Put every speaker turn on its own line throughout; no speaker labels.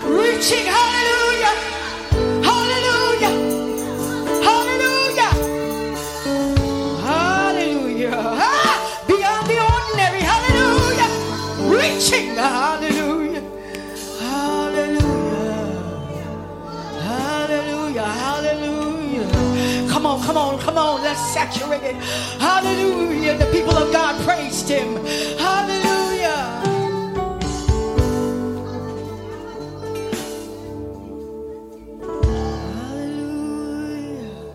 preaching. Hallelujah. Hallelujah. Hallelujah. Hallelujah. Ah, beyond the ordinary. Hallelujah. Reaching. Hallelujah. Hallelujah. Hallelujah. Hallelujah. Come on, come on, come on. Let's saturate it. Hallelujah. The people of God praised him. Hallelujah. Hallelujah.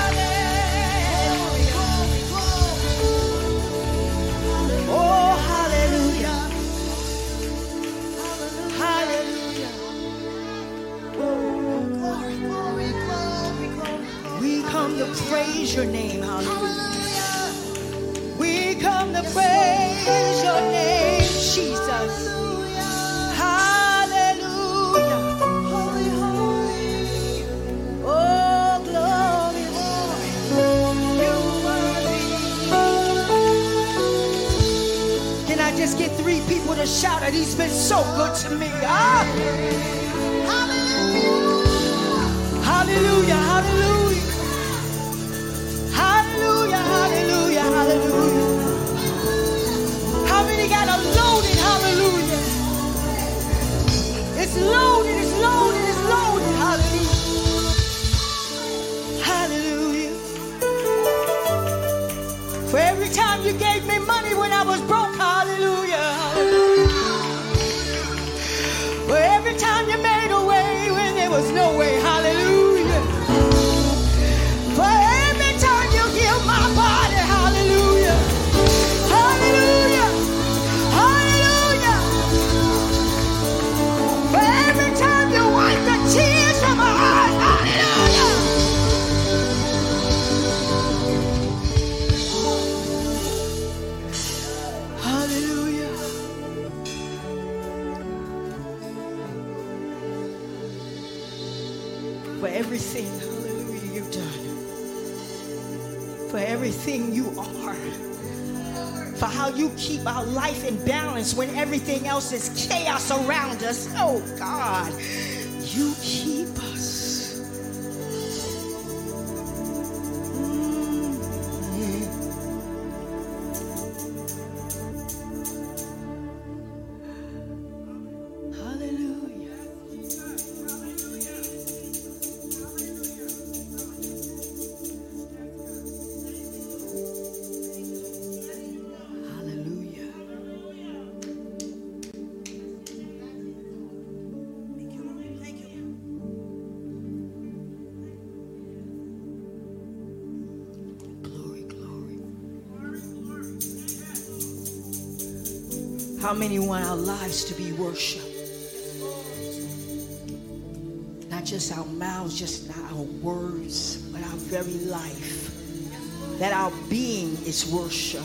Oh, to praise your name, Jesus. Hallelujah. Oh, glorious. You're worthy. Can I just get three people to shout it? He's been so good to me. Ah! Hallelujah, hallelujah. Hallelujah, hallelujah, hallelujah. How many got a loaded hallelujah? It's loaded, it's loaded, it's loaded. Hallelujah. Hallelujah. For every time you gave me money when I was broke, hallelujah. hallelujah. For every time you made a way when there was no way, hallelujah. For every time you heal my body, hallelujah. Hallelujah. Hallelujah. For every time you wipe the tears from my eyes, hallelujah. Hallelujah. For everything, hallelujah, you've done. For everything you are. For how you keep our life in balance when everything else is chaos around us. Oh God, you keep us. Mm-hmm. Hallelujah. Hallelujah. Glory, glory. How many want our lives to be worship? Not just our mouths, just not our words, but our very life. That our being is worship.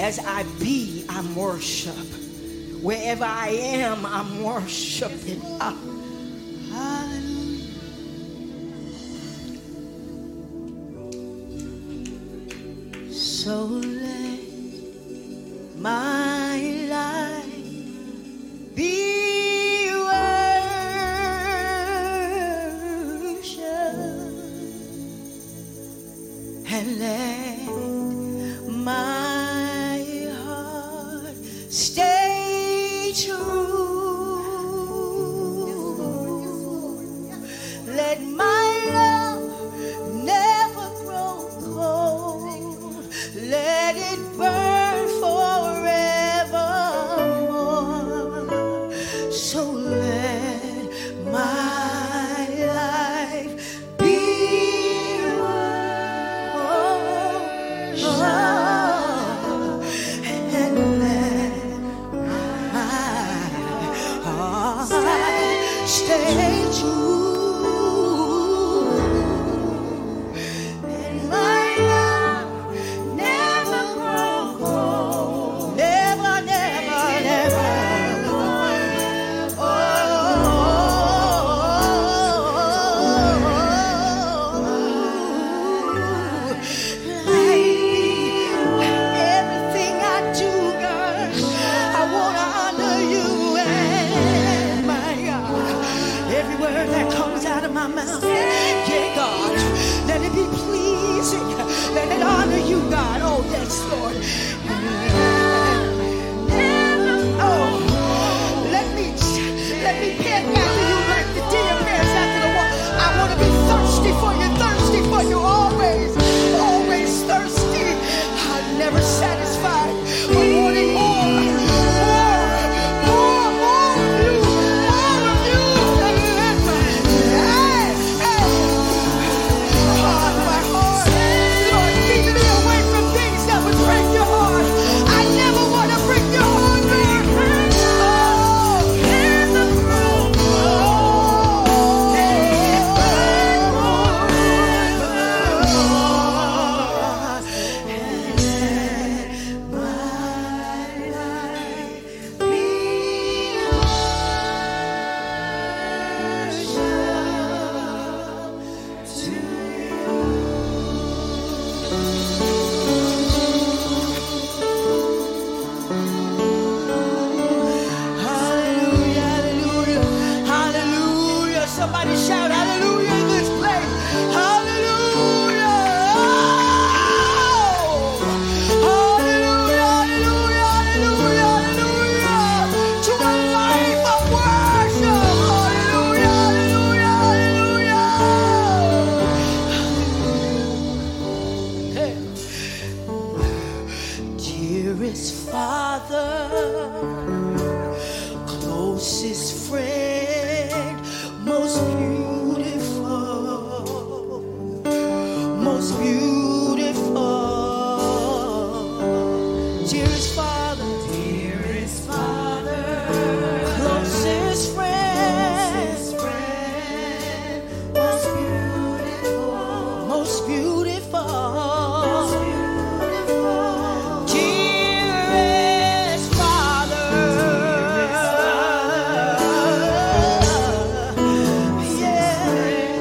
As I be, I'm worship. Wherever I am, I'm worshiping. Ah, hallelujah. So let my life be worship and let my heart stay true. Let my love never grow cold. Let it burn forevermore. So let my life be worship and let I stay true. And my love never grow cold. Never, never, never. Oh, everything I do, God, I wanna honor you and my God. Every word that comes out of my mouth, yeah, God, let it be pleasing, let it honor you, God. Oh yes, Lord. Oh, let me let me pant after you like the deer pants after the water. I wanna be thirsty for you, thirsty for you always, always thirsty. I'm never satisfied. I'm wanting more, more, more, more of you, more of you. Hey, hey, Oh,
dearest Father, closest friend, most beautiful, most beautiful, dearest Father, dearest Father, closest friend, most beautiful, most beautiful. Dearest Father, yeah,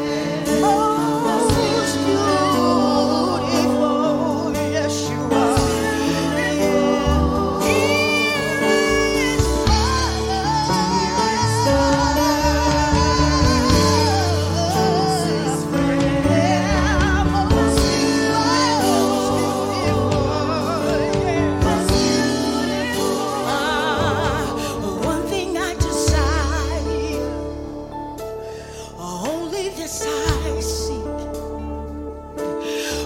most beautiful, oh, yes you are. Dearest Father, yeah, most beautiful, yeah. Ah, One thing I desire, only this I seek.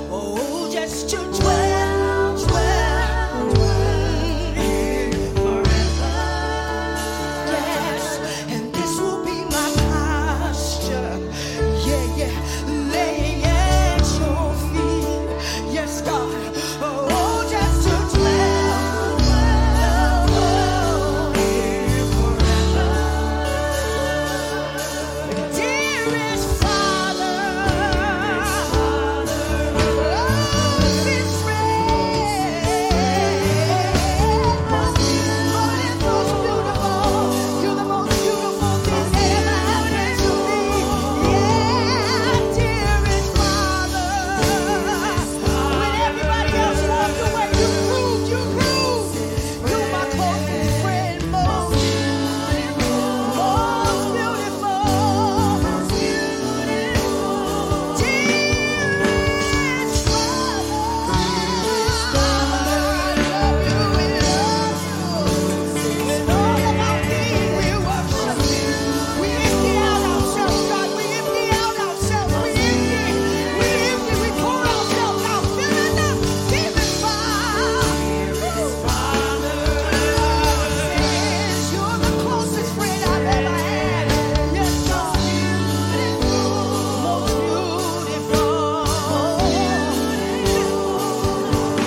Oh, just to dwell, dwell, dwell here forever. Yes, and this will be my posture. Yeah, yeah, laying at your feet. Yes, God. Oh, just to dwell, dwell, dwell here forever. Dearest Father, closest friend. Lord, it's most beautiful. You're the most beautiful thing ever happened to me. Yeah, dearest Father. When everybody else walked away, you proved, you proved. You're my closest friend, most beautiful, most beautiful, dearest Father. I love you, we love you. It's all about thee. We worship you. We empty out ourselves, God. We empty out ourselves. We empty. We empty. We pour ourselves out. Fill it up. Give it fire. You're the closest friend I've ever had. Yes, God. Most beautiful.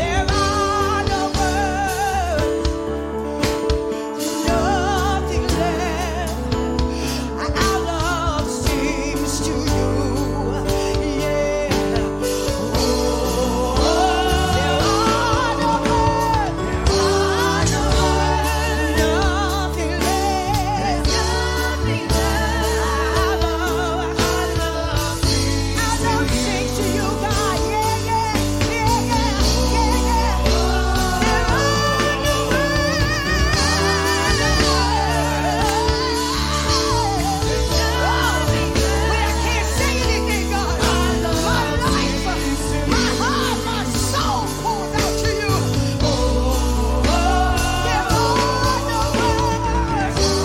There are no words. Nothing left. Our love seems to you, yeah. there are no words, nothing left, nothing left. Our love, our love sings to you, God, yeah, yeah, yeah, yeah, yeah, I can't say anything, God, my life, my heart, my soul pours out to you. There are no words for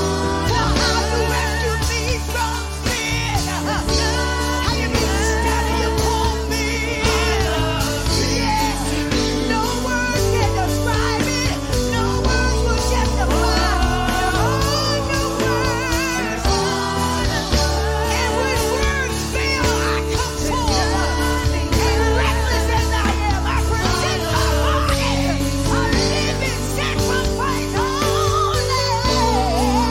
how you rescued me from sin, how you made a stand upon me. Yes, no words can describe it. No words will justify. There are no words. And when words fail, I come forward. And reckless as I am, I present my body a living sacrifice, holy. There are no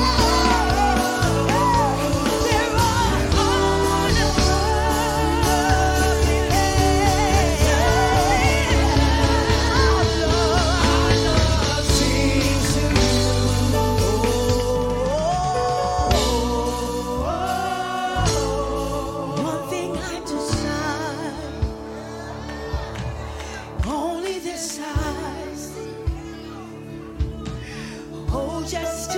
one thing I desire, only this I see. Oh, just
Uh, oh,
to